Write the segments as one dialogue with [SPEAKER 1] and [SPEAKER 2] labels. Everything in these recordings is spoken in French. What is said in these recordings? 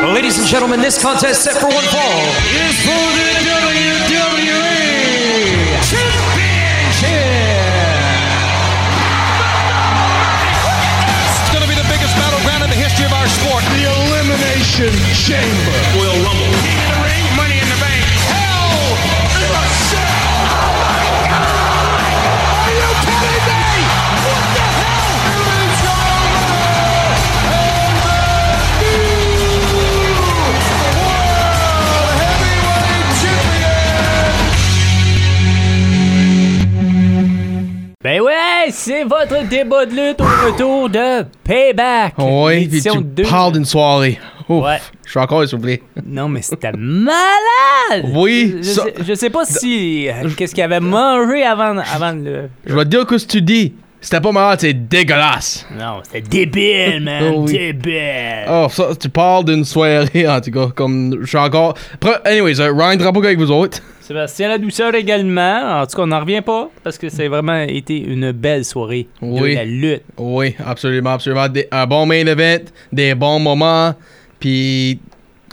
[SPEAKER 1] Ladies and gentlemen, this contest set for one fall is for the WWE Championship.
[SPEAKER 2] It's going to be the biggest battleground in the history of our sport. The Elimination Chamber. Royal Rumble. King of the Ring, Money in the Bank. Hell in a Cell. Oh my God! Are you kidding me? What the hell? Everything's gone
[SPEAKER 3] Ben ouais, c'est votre débat de lutte au retour de Payback.
[SPEAKER 4] Oui, Ah puis
[SPEAKER 3] l'édition
[SPEAKER 4] tu
[SPEAKER 3] deux.
[SPEAKER 4] parles d'une soirée. Ouf,
[SPEAKER 3] Ouais.
[SPEAKER 4] Je suis encore essoufflé.
[SPEAKER 3] Non, mais c'était malade!
[SPEAKER 4] Oui,
[SPEAKER 3] Je,
[SPEAKER 4] ça-
[SPEAKER 3] sais, je sais pas si. euh, Qu'est-ce qu'il avait mangé avant, avant le.
[SPEAKER 4] Je vais te dire que ce que tu dis, c'était pas malade, c'est dégueulasse.
[SPEAKER 3] Non, c'était débile, man!
[SPEAKER 4] Oh oui.
[SPEAKER 3] Débile!
[SPEAKER 4] Oh, ça, tu parles d'une soirée, en tout cas, comme je suis encore... Pre- Anyways, euh, Ryan Drapeau avec vous autres.
[SPEAKER 3] Sébastien La Douceur également. En tout cas, on n'en revient pas parce que c'est vraiment été une belle soirée
[SPEAKER 4] Oui.
[SPEAKER 3] de la lutte.
[SPEAKER 4] Oui, absolument, absolument. Des- un bon main event, des bons moments, puis...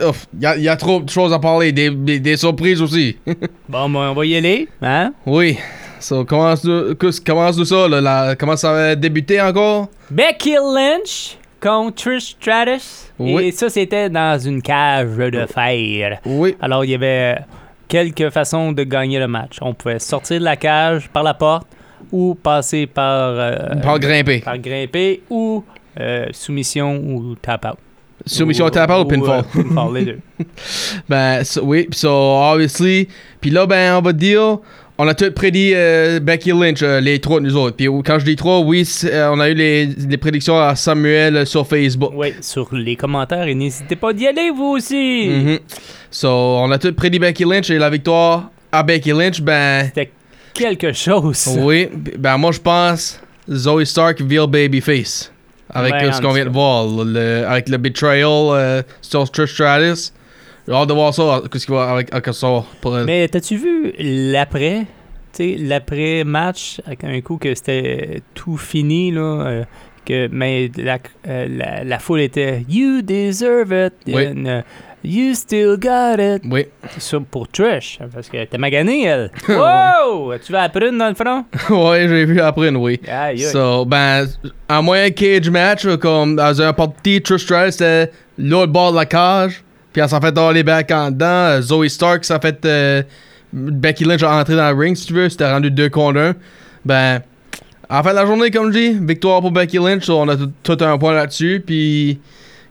[SPEAKER 4] Il y, a- y a trop de choses à parler, des, des- des surprises aussi.
[SPEAKER 3] Bon, ben, on va y aller. Hein?
[SPEAKER 4] oui, so, commence, de, que- commence de ça, là, la- comment ça va débuter encore?
[SPEAKER 3] Becky Lynch contre Trish Stratus. Et
[SPEAKER 4] Oui.
[SPEAKER 3] ça, c'était dans une cage de fer.
[SPEAKER 4] Oui,
[SPEAKER 3] Alors, il y avait quelques façons de gagner le match. On pouvait sortir de la cage par la porte ou passer par, euh,
[SPEAKER 4] par grimper.
[SPEAKER 3] par grimper ou euh, soumission ou tap-out.
[SPEAKER 4] Soumission au tap-out ou pinfall?
[SPEAKER 3] euh, pinfall, les deux.
[SPEAKER 4] Ben so- oui, pis so obviously, puis là ben on va dire, on a tout prédit euh, Becky Lynch, euh, les trois de nous autres. Puis quand je dis trois, oui, c'est- euh, on a eu les, les prédictions à Samuel euh, sur Facebook.
[SPEAKER 3] Oui, sur les commentaires et n'hésitez pas d'y aller vous aussi.
[SPEAKER 4] Mhm. So on a tout prédit Becky Lynch et la victoire à Becky Lynch, ben
[SPEAKER 3] C'était quelque chose.
[SPEAKER 4] oui, ben moi je pense Zoe Stark vire babyface avec
[SPEAKER 3] Ouais,
[SPEAKER 4] euh, ce
[SPEAKER 3] en
[SPEAKER 4] qu'on
[SPEAKER 3] tout
[SPEAKER 4] vient de voir, le- avec le betrayal euh, sur Trish Stratus. J'ai hâte de voir ça, qu'est-ce qu'il va avec, avec ça pour elle.
[SPEAKER 3] Mais t'as-tu vu l'après? Tu sais, l'après-match, avec un coup que c'était euh, tout fini, là, euh, que, mais la, euh, la, la foule était « You deserve it!
[SPEAKER 4] Oui.
[SPEAKER 3] and, euh, You still got it!
[SPEAKER 4] Oui. »
[SPEAKER 3] Sur- pour Trish, hein, parce que t'es maganée, elle. wow! Tu vas à la prune dans le front?
[SPEAKER 4] ouais, j'ai vu après, une, oui.
[SPEAKER 3] Aïe, aïe.
[SPEAKER 4] So, ben, à moyen cage match, euh, comme dans un parti, Trish Stratus, c'était l'autre bord de la cage. Puis elle s'en fait dans les bacs en dedans. Euh, Zoe Stark s'en fait. euh, Becky Lynch a entré dans le ring, si tu veux. C'était rendu 2 contre 1. Ben, à la fin de la journée, comme je dis, victoire pour Becky Lynch. So, on a tout- tout un point là-dessus. Puis,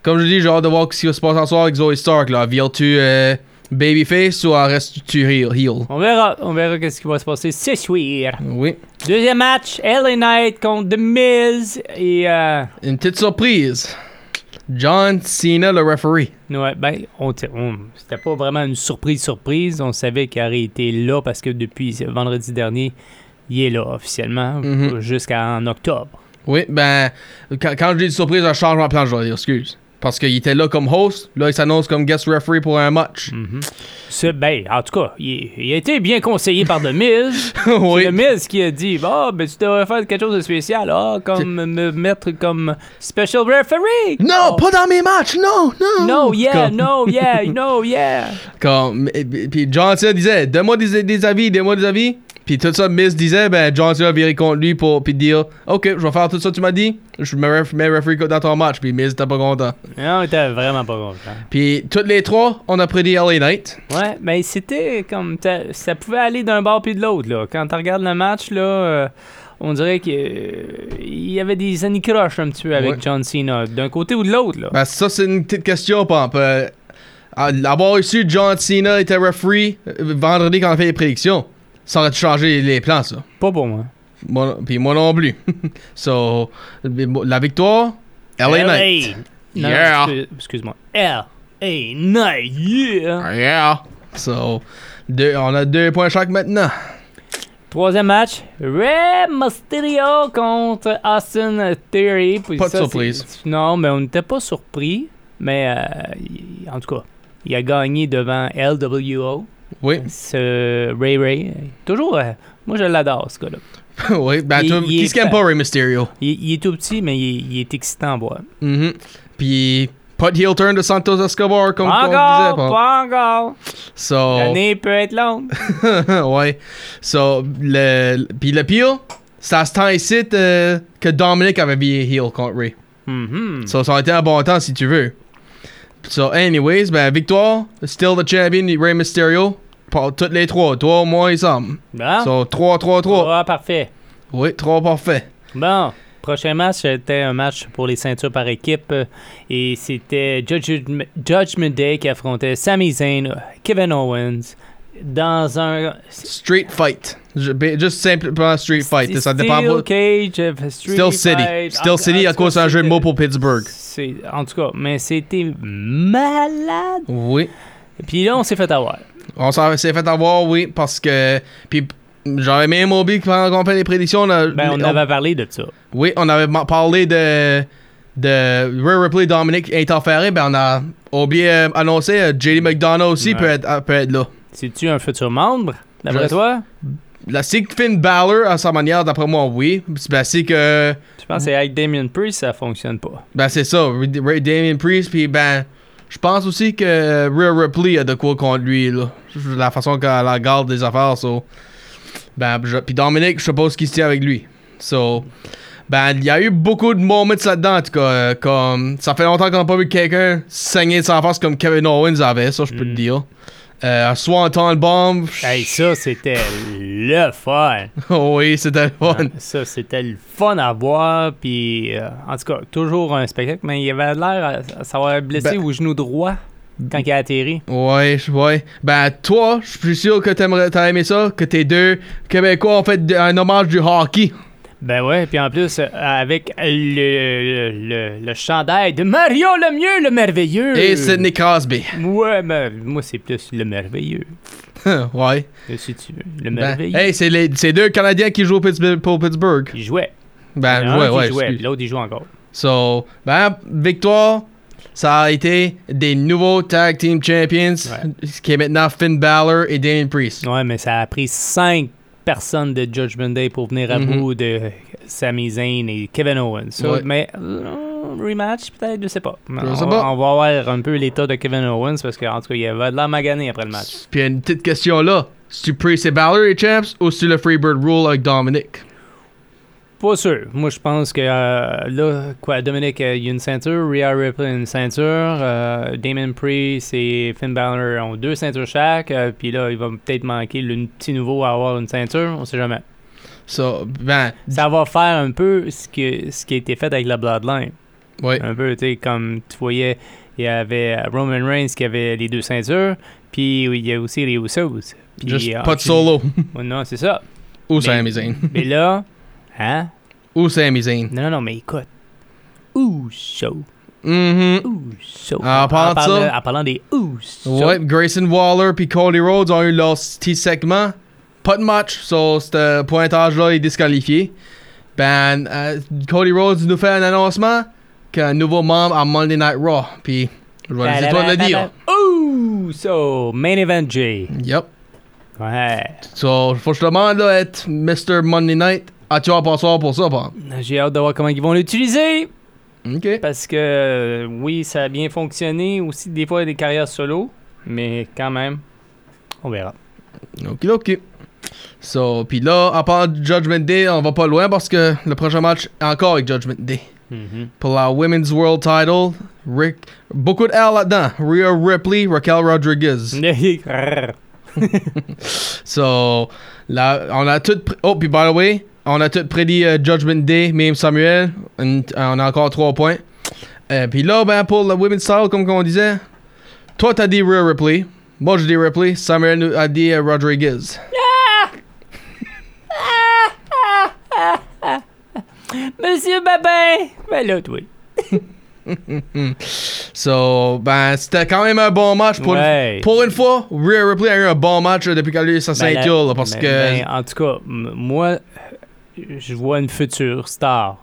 [SPEAKER 4] comme je dis, j'ai hâte de voir ce qui va se passer en soir avec Zoe Stark. Là, vire-tu euh, Babyface ou restes-tu heel, heel?
[SPEAKER 3] On verra, on verra qu'est-ce qui va se passer. C'est sûr.
[SPEAKER 4] Oui.
[SPEAKER 3] Deuxième match, LA Knight contre The Miz et... euh,
[SPEAKER 4] Une petite surprise. John Cena, le referee.
[SPEAKER 3] Ouais, ben, on, t- on- c'était pas vraiment une surprise, surprise. On savait qu'il aurait été là parce que depuis ce vendredi dernier, il est là officiellement
[SPEAKER 4] Mhm.
[SPEAKER 3] jusqu'en octobre.
[SPEAKER 4] Oui, ben, quand, quand je dis surprise, un changement de plan, je dois dire, excuse. Parce qu'il était là comme host, là, il s'annonce comme guest referee pour un match.
[SPEAKER 3] Ce, ben, en tout cas, il, il a été bien conseillé par The Miz.
[SPEAKER 4] oui.
[SPEAKER 3] The Miz qui a dit bah ben, tu devrais faire quelque chose de spécial, ah, comme me mettre comme special referee.
[SPEAKER 4] Non,
[SPEAKER 3] Oh.
[SPEAKER 4] pas dans mes matchs, non, non.
[SPEAKER 3] No, yeah,
[SPEAKER 4] Comme-
[SPEAKER 3] no, yeah, no, yeah.
[SPEAKER 4] Comme, et- et- puis John Cena disait, donne-moi des, des avis, donne-moi des avis. Puis tout ça, Miss disait, ben, John Cena viré contre lui pour, puis dire, ok, je vais faire tout ça, que tu m'as dit, je me ref- mets referee dans ton match, puis Miss était pas content.
[SPEAKER 3] Non, il était vraiment pas content.
[SPEAKER 4] Puis toutes les trois, on a prédit LA Knight.
[SPEAKER 3] Ouais, mais c'était comme. t'as- Ça pouvait aller d'un bord puis de l'autre, là. Quand tu regardes le match, là, euh, on dirait que euh, il y avait des anicroches un petit peu avec
[SPEAKER 4] Ouais.
[SPEAKER 3] John Cena, d'un côté ou de l'autre, là.
[SPEAKER 4] Ben, ça, c'est une petite question, Pomp. Euh, à- avoir reçu John Cena était referee euh, vendredi quand on a fait les prédictions, ça aurait changé les plans, ça.
[SPEAKER 3] Pas pour moi.
[SPEAKER 4] Moi, puis moi non plus. so, la victoire, LA Knight.
[SPEAKER 3] Non,
[SPEAKER 4] Yeah.
[SPEAKER 3] excuse- Excuse-moi. LA Knight, yeah.
[SPEAKER 4] Yeah. So, deux- on a deux points chaque maintenant.
[SPEAKER 3] Troisième match, Rey Mysterio contre Austin Theory. Puis
[SPEAKER 4] Pas de
[SPEAKER 3] ça,
[SPEAKER 4] surprise.
[SPEAKER 3] c'est- Non, mais on n'était pas surpris. Mais euh, il- en tout cas, il a gagné devant LWO.
[SPEAKER 4] Oui.
[SPEAKER 3] ce Ray Ray. euh, Toujours, euh, moi je l'adore ce gars-là.
[SPEAKER 4] oui. Ben,
[SPEAKER 3] Il-
[SPEAKER 4] toi,
[SPEAKER 3] il
[SPEAKER 4] qui
[SPEAKER 3] est
[SPEAKER 4] se calme
[SPEAKER 3] fa-
[SPEAKER 4] pas Rey Mysterio?
[SPEAKER 3] Il, il est tout petit, mais il, il est excitant à voir.
[SPEAKER 4] Mhm. Puis, Pas de heel turn de Santos Escobar, comme on
[SPEAKER 3] Pas
[SPEAKER 4] disait. Oh.
[SPEAKER 3] encore,
[SPEAKER 4] Paul.
[SPEAKER 3] pas encore.
[SPEAKER 4] So,
[SPEAKER 3] L'année peut être longue.
[SPEAKER 4] ouais. So, le, puis le peel, c'est à ce temps ici euh, que Dominic avait viré heel contre Ray.
[SPEAKER 3] Mhm.
[SPEAKER 4] So, ça a été un bon temps si tu veux. So, anyways, ben, victoire. Still the champion, Ray Mysterio. Par toutes les trois. Toi, moi et Sam.
[SPEAKER 3] Bon.
[SPEAKER 4] So, 3-3-3.
[SPEAKER 3] Ah, parfait.
[SPEAKER 4] Oui, 3 parfait.
[SPEAKER 3] Bon, prochain match, c'était un match pour les ceintures par équipe. euh, Et c'était Judgment Judgment Day qui affrontait Sami Zayn, euh, Kevin Owens, dans un...
[SPEAKER 4] Street fight. Je- ben, Juste simplement street fight. Ça dépend
[SPEAKER 3] Steel
[SPEAKER 4] pas.
[SPEAKER 3] Cage, euh, Street
[SPEAKER 4] Still City.
[SPEAKER 3] Fight. Ah, En- en
[SPEAKER 4] Still City à
[SPEAKER 3] tout cas,
[SPEAKER 4] cause d'un jeu de
[SPEAKER 3] c'était-
[SPEAKER 4] mots pour Pittsburgh.
[SPEAKER 3] C'est, en tout cas, mais c'était malade.
[SPEAKER 4] Oui.
[SPEAKER 3] Puis là, on s'est fait avoir.
[SPEAKER 4] On s'en- s'est fait avoir, oui, parce que. Puis j'avais même oublié que pendant qu'on fait les prédictions, on, a-
[SPEAKER 3] Ben, on
[SPEAKER 4] on-
[SPEAKER 3] avait parlé de ça.
[SPEAKER 4] Oui, on avait ma- parlé de. De Ray Ripley, Dominic interféré, ben on a oublié d'annoncer annoncer euh, JD McDonough aussi
[SPEAKER 3] Ouais.
[SPEAKER 4] peut, être, euh, peut être là.
[SPEAKER 3] C'est-tu un futur membre, d'après
[SPEAKER 4] Je-
[SPEAKER 3] toi?
[SPEAKER 4] La c'est que Finn Balor, à sa manière, d'après moi, oui. Ben, c'est que.
[SPEAKER 3] Je pense que avec Damien Priest, ça fonctionne pas.
[SPEAKER 4] Ben, c'est ça. Ray- Ray Damien Priest, puis ben, je pense aussi que euh, Rhea Ripley a de quoi contre lui, là. La façon qu'elle la garde des affaires, so. Ben, je- puis Dominic, je suppose qu'il se tient avec lui. So. Ben, il y a eu beaucoup de moments là-dedans, en tout cas. euh, comme, ça fait longtemps qu'on n'a pas vu quelqu'un saigner de sa face comme Kevin Owens avait, ça, je peux te dire. Euh, soit en temps de bombe.
[SPEAKER 3] Hey, ça, c'était le fun. Hein,
[SPEAKER 4] oui, c'était le fun.
[SPEAKER 3] Ça, c'était le fun à voir. Puis, euh, en tout cas, toujours un spectacle. Mais il avait l'air à, à s'avoir blessé
[SPEAKER 4] Ben-
[SPEAKER 3] au genou droit quand il a atterri.
[SPEAKER 4] Ouais, je- ouais. Ben, toi, je suis sûr que t'aimerais, t'as aimé ça, que tes deux Québécois ont fait de- un hommage du hockey.
[SPEAKER 3] Ben ouais, puis en plus, euh, avec le, le, le- le chandail de Mario Lemieux, le merveilleux.
[SPEAKER 4] Et Sidney Crosby.
[SPEAKER 3] Ouais, mais moi, c'est plus le merveilleux.
[SPEAKER 4] ouais.
[SPEAKER 3] euh, Si tu veux. Le
[SPEAKER 4] Ben,
[SPEAKER 3] merveilleux.
[SPEAKER 4] hey, c'est les c'est deux Canadiens qui jouent au Pittsburgh- pour Pittsburgh.
[SPEAKER 3] Il jouait.
[SPEAKER 4] Ben,
[SPEAKER 3] Il y en a
[SPEAKER 4] ouais,
[SPEAKER 3] un qui
[SPEAKER 4] ouais.
[SPEAKER 3] jouait, puis
[SPEAKER 4] excuse.
[SPEAKER 3] l'autre, il joue encore.
[SPEAKER 4] So, ben, victoire, ça a été des nouveaux Tag Team Champions,
[SPEAKER 3] Ouais.
[SPEAKER 4] ce qui est maintenant Finn Balor et Damien Priest.
[SPEAKER 3] Ouais, mais ça a pris cinq personnes de Judgment Day pour venir à
[SPEAKER 4] Mhm.
[SPEAKER 3] bout de Sami Zayn et Kevin Owens. Ça,
[SPEAKER 4] Ouais.
[SPEAKER 3] Mais euh, rematch, peut-être, je sais pas. on,
[SPEAKER 4] sais
[SPEAKER 3] va-
[SPEAKER 4] pas.
[SPEAKER 3] on va voir un peu l'état de Kevin Owens parce qu'en tout cas, il avait de la magané après le match.
[SPEAKER 4] Puis une petite question là. Si tu Priest et Balor et Champs ou si tu le Freebird Rule avec Dominic?
[SPEAKER 3] Pas sûr. Moi, je pense que euh, là, quoi, Dominic, euh, il y a une ceinture, Rhea Ripley a une ceinture, euh, Damon Priest et Finn Balor ont deux ceintures chaque, euh, puis là, il va peut-être manquer le petit nouveau à avoir une ceinture, on sait jamais.
[SPEAKER 4] So, ben,
[SPEAKER 3] Ça va faire un peu ce, que, ce qui a été fait avec la Bloodline.
[SPEAKER 4] ouais.
[SPEAKER 3] Un peu, tu sais, comme tu voyais, il y avait euh, Roman Reigns qui avait les deux ceintures, puis il y a aussi les Usos. Puis,
[SPEAKER 4] Juste
[SPEAKER 3] euh,
[SPEAKER 4] pas de
[SPEAKER 3] puis-
[SPEAKER 4] solo.
[SPEAKER 3] Oh, non, c'est ça.
[SPEAKER 4] Ou
[SPEAKER 3] Mais-
[SPEAKER 4] Sami Zayn.
[SPEAKER 3] Mais là, hein?
[SPEAKER 4] Ou Sami Zayn.
[SPEAKER 3] Non, non, non, mais écoute. Usos.
[SPEAKER 4] Mhm.
[SPEAKER 3] Usos.
[SPEAKER 4] En parlant de
[SPEAKER 3] parlant-
[SPEAKER 4] ça-
[SPEAKER 3] en parlant des Usos.
[SPEAKER 4] Ouais, Grayson Waller puis Cody Rhodes ont eu leur petit segment. Pas de match, so ce pointage-là est disqualifié. Ben, euh, Cody Rhodes nous fait un annoncement qu'un nouveau membre à Monday Night Raw. Puis, je vais laisser toi le dire.
[SPEAKER 3] Usos. Main event J.
[SPEAKER 4] Yep.
[SPEAKER 3] Ouais.
[SPEAKER 4] So, faut que je te demande, là, être Mr. Monday Night, as-tu un passoire pour ça, pas?
[SPEAKER 3] J'ai hâte de voir comment ils vont l'utiliser.
[SPEAKER 4] Ok.
[SPEAKER 3] Parce que euh, oui, ça a bien fonctionné aussi des fois des carrières solo, mais quand même, on verra.
[SPEAKER 4] Ok, ok. So, puis là, à part Judgment Day, on va pas loin parce que le prochain match, encore avec Judgment Day. pour la Women's World Title. Rick, beaucoup de L là-dedans. Rhea Ripley, Raquel Rodriguez. So, là, on a tout. pr- Oh, puis by the way, on a tout prédit euh, Judgment Day, même Samuel. Une- euh, on a encore 3 points. Euh, puis là, ben, pour la Women's Title, comme on disait, toi, t'as dit Rhea Ripley. Moi, je dis Ripley. Samuel nous a dit euh, Rodriguez.
[SPEAKER 3] Monsieur Babin! Ben l'autre, oui.
[SPEAKER 4] So, ben, c'était quand même un bon match pour,
[SPEAKER 3] Ouais.
[SPEAKER 4] pour une fois. Rhea Ripley a eu un bon match euh, depuis qu'elle a eu sa
[SPEAKER 3] Ben, la-
[SPEAKER 4] ceinture, là, parce
[SPEAKER 3] ben,
[SPEAKER 4] que.
[SPEAKER 3] ben, en tout cas, m- moi, euh, je vois une future star.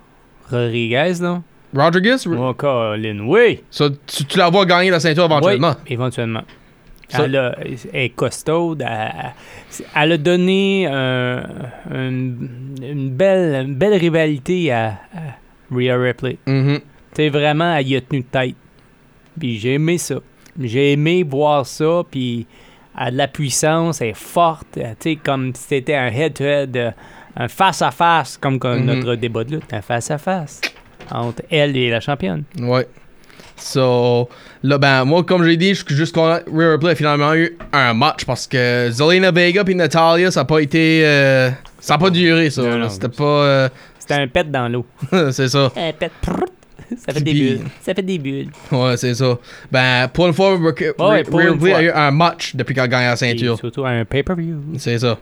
[SPEAKER 3] Rodriguez, là?
[SPEAKER 4] Rodriguez? Ri-
[SPEAKER 3] Oh, Colin, oui!
[SPEAKER 4] So, tu, tu la vois gagner la ceinture éventuellement.
[SPEAKER 3] Oui, éventuellement.
[SPEAKER 4] Ça-
[SPEAKER 3] Elle, a- elle est costaude. Elle, elle a donné euh, une, une belle, une belle rivalité à, à Rhea Ripley.
[SPEAKER 4] Mhm.
[SPEAKER 3] Tu sais, vraiment, elle y a tenu tête. Puis j'ai aimé ça. J'ai aimé voir ça, puis elle a de la puissance, elle est forte, euh, tu sais, comme si c'était un head-to-head, euh, un face-à-face, comme que
[SPEAKER 4] Mhm.
[SPEAKER 3] notre débat de lutte, un face-à-face entre elle et la championne.
[SPEAKER 4] Ouais. So, là, ben, moi, comme j'ai dit, je suis juste content que Rhea Ripley a finalement eu un match parce que Zelina Vega puis Natalia, ça n'a pas été. euh, ça n'a pas duré, ça.
[SPEAKER 3] Non,
[SPEAKER 4] là.
[SPEAKER 3] non.
[SPEAKER 4] C'était pas.
[SPEAKER 3] C'était un pet dans l'eau.
[SPEAKER 4] euh, c'est ça.
[SPEAKER 3] Un pet, prrrt, ça fait
[SPEAKER 4] Puis-
[SPEAKER 3] des bulles. Ça fait des bulles.
[SPEAKER 4] Ouais, c'est ça. Ben, pour une fois, Rick-
[SPEAKER 3] Ouais, ouais,
[SPEAKER 4] Rhea
[SPEAKER 3] pour une
[SPEAKER 4] Ripley
[SPEAKER 3] fois.
[SPEAKER 4] a eu un match depuis qu'elle a gagné la
[SPEAKER 3] Et
[SPEAKER 4] ceinture.
[SPEAKER 3] surtout un pay-per-view.
[SPEAKER 4] C'est ça.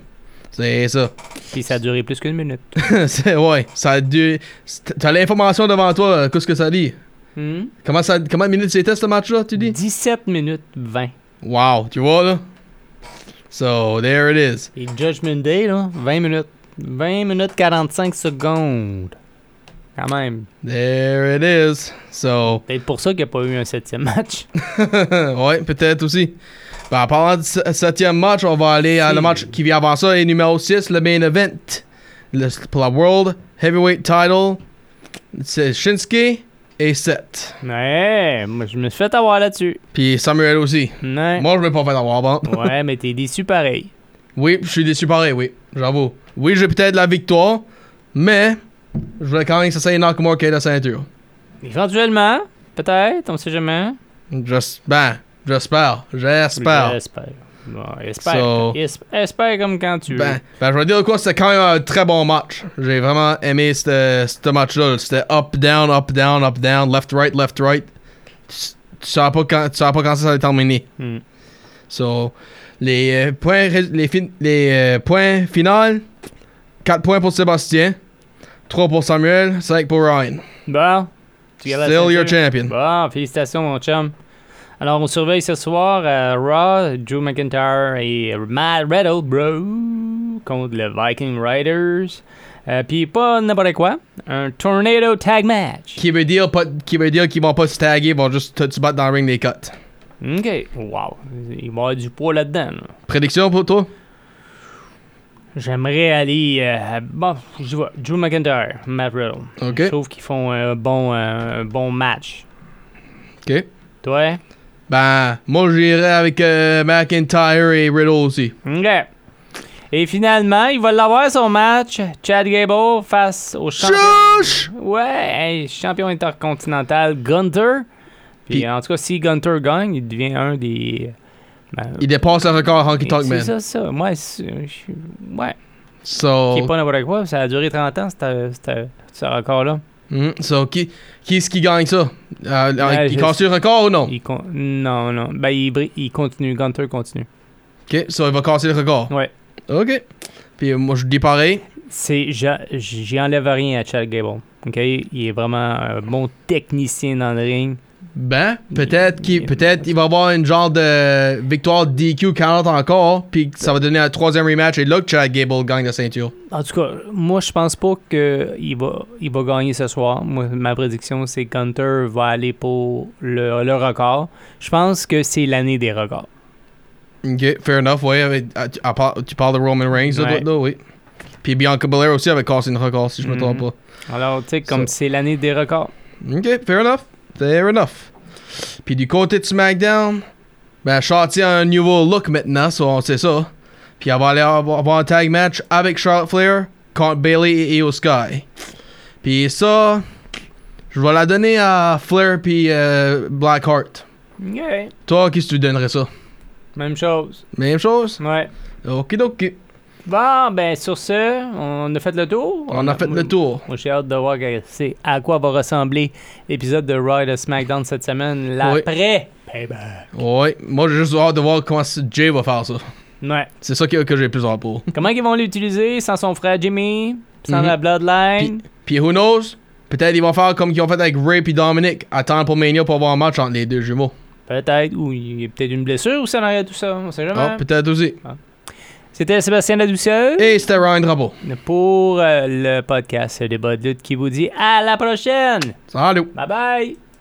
[SPEAKER 4] C'est ça.
[SPEAKER 3] Puis ça a duré plus qu'une minute.
[SPEAKER 4] C'est- ouais, ça a dû. c'est- T'as l'information devant toi, euh, qu'est-ce que ça dit?
[SPEAKER 3] Hmm?
[SPEAKER 4] Comment ça, combien de minutes c'était ce match-là, tu dis?
[SPEAKER 3] 17 minutes 20.
[SPEAKER 4] Wow, tu vois là? So, there it is.
[SPEAKER 3] Et Judgment Day, là, 20 minutes. 20 minutes 45 secondes. Quand même.
[SPEAKER 4] There it is. So,
[SPEAKER 3] Peut-être pour ça qu'il n'y a pas eu un septième match.
[SPEAKER 4] ouais, peut-être aussi. Ben, en parlant du se- septième match, on va aller à le
[SPEAKER 3] Si.
[SPEAKER 4] match qui vient avant ça, et numéro 6, le main event. Le, pour la World Heavyweight Title, c'est Shinsuke et Seth.
[SPEAKER 3] Ouais, moi je me suis fait avoir là-dessus.
[SPEAKER 4] Puis Samuel aussi.
[SPEAKER 3] Ouais.
[SPEAKER 4] Moi, je me pas fait avoir, bon.
[SPEAKER 3] ouais, mais t'es déçu pareil.
[SPEAKER 4] Oui, je suis déçu pareil, oui, j'avoue. Oui, j'ai peut-être la victoire, mais je voulais quand même que ça soit Nakamura qui ait la ceinture.
[SPEAKER 3] Éventuellement, peut-être, on sait jamais.
[SPEAKER 4] J'es- ben, j'espère, j'espère.
[SPEAKER 3] J'espère. Ouais, espère.
[SPEAKER 4] So-
[SPEAKER 3] Es- espère comme quand tu
[SPEAKER 4] Ben, ben, je vais dire quoi, c'était quand même un très bon match. J'ai vraiment aimé ce ce match-là. C'était up, down, up, down, up, down, left, right, left, right. Tu tu savais pas quand, tu savais pas quand ça allait terminer.
[SPEAKER 3] veux. Hmm.
[SPEAKER 4] So, les, euh, points, rés- les, fin- les euh, points finaux 4 points pour Sébastien, 3 pour Samuel, 5 pour Ryan.
[SPEAKER 3] Bon, tu gardes la
[SPEAKER 4] Still your
[SPEAKER 3] ceinture?
[SPEAKER 4] champion.
[SPEAKER 3] Bon, félicitations, mon chum. Alors, on surveille ce soir euh, Raw, Drew McIntyre et Matt Riddle, bro, contre les Viking Riders. Euh, Puis pas n'importe quoi, un Tornado Tag Match.
[SPEAKER 4] Qui veut dire pas- qui veut dire qu'ils vont pas se taguer, ils vont juste te, te battre dans le ring des cuts.
[SPEAKER 3] OK, wow, il va y avoir du poids là-dedans. là.
[SPEAKER 4] Prédiction pour toi?
[SPEAKER 3] J'aimerais aller... euh, à- bon, je vois, Drew McIntyre, Matt Riddle.
[SPEAKER 4] Ok.
[SPEAKER 3] Je trouve qu'ils font un bon, euh, un bon match.
[SPEAKER 4] Ok.
[SPEAKER 3] Toi?
[SPEAKER 4] Ben, moi j'irai avec euh, McIntyre et Riddle aussi.
[SPEAKER 3] OK. Et finalement, il va l'avoir son match. Chad Gable face au champion.
[SPEAKER 4] Shush!
[SPEAKER 3] Ouais, hey, champion intercontinental Gunter. Puis,
[SPEAKER 4] Puis-
[SPEAKER 3] en tout cas, si Gunter gagne, il devient un des. ben,
[SPEAKER 4] Il dépasse le record Honky Tonk
[SPEAKER 3] c'est
[SPEAKER 4] Man.
[SPEAKER 3] ça, ça. Moi, c'est- je suis- ouais.
[SPEAKER 4] So,
[SPEAKER 3] Qui est pas n'importe quoi. Ça a duré 30 ans, c'était- c'était- ce record-là.
[SPEAKER 4] Mhm. so qui, qui est-ce qui gagne ça? Euh,
[SPEAKER 3] Ouais,
[SPEAKER 4] il
[SPEAKER 3] je-
[SPEAKER 4] casse le record ou non?
[SPEAKER 3] Il con- Non, non. Ben, il, bri- il continue. Gunter continue.
[SPEAKER 4] Ok, so il va casser le record.
[SPEAKER 3] Ouais.
[SPEAKER 4] Ok. Puis euh, moi je dis pareil.
[SPEAKER 3] C'est, j'a- j'y enlève rien à Chad Gable. OK? Il est vraiment un bon technicien dans le ring.
[SPEAKER 4] Ben, peut-être qu'il
[SPEAKER 3] il-
[SPEAKER 4] peut-être il va avoir une genre de victoire DQ 40 encore, puis que ça va donner un troisième rematch et là que Chad Gable gagne la ceinture.
[SPEAKER 3] En tout cas, moi, je pense pas qu'il va, il va gagner ce soir. Moi, ma prédiction, c'est que Gunter va aller pour le, le record. Je pense que c'est l'année des records.
[SPEAKER 4] Ok, fair enough, ouais. avec- à- tu- à part- tu parles de Roman Reigns, là,
[SPEAKER 3] Ouais.
[SPEAKER 4] là, oui. Puis Bianca Belair aussi avait cassé une record, si je me
[SPEAKER 3] Mhm.
[SPEAKER 4] trompe pas.
[SPEAKER 3] Alors, tu sais, comme c'est l'année des records.
[SPEAKER 4] Ok, fair enough. Fair enough. Puis du côté de SmackDown, ben Charlotte a un nouveau look maintenant, so on sait ça. Puis elle va aller avoir, avoir un tag match avec Charlotte Flair contre Bailey et Io Sky. Puis ça, je vais la donner à Flair puis euh, Blackheart.
[SPEAKER 3] OK.
[SPEAKER 4] Toi, qui ce que tu donnerais ça?
[SPEAKER 3] Même chose.
[SPEAKER 4] Même chose?
[SPEAKER 3] Ouais.
[SPEAKER 4] Okidoki.
[SPEAKER 3] Bon, ben, sur ce, on a fait le tour.
[SPEAKER 4] On a fait le tour.
[SPEAKER 3] Moi, j'ai hâte de voir que- c'est à quoi va ressembler l'épisode de Raw et de SmackDown cette semaine, l'après.
[SPEAKER 4] Eh ben.
[SPEAKER 3] Payback.
[SPEAKER 4] Ouais, moi j'ai juste hâte de voir comment Jay va faire ça.
[SPEAKER 3] Ouais.
[SPEAKER 4] C'est ça que, que j'ai plus hâte pour.
[SPEAKER 3] Comment ils vont l'utiliser sans son frère Jimmy, sans
[SPEAKER 4] Mhm.
[SPEAKER 3] la Bloodline?
[SPEAKER 4] Puis who knows? Peut-être ils vont faire comme ils ont fait avec Ray puis Dominic. Attendre pour Mania pour avoir un match entre les deux jumeaux.
[SPEAKER 3] Peut-être, ou il y a peut-être une blessure ou ça en arrière tout ça, on sait
[SPEAKER 4] Ah,
[SPEAKER 3] jamais.
[SPEAKER 4] peut-être aussi.
[SPEAKER 3] C'était Sébastien Ladouceur
[SPEAKER 4] Et c'était Ryan Drapeau.
[SPEAKER 3] pour euh, le podcast Débat de lutte qui vous dit à la prochaine.
[SPEAKER 4] Salut!
[SPEAKER 3] Bye bye.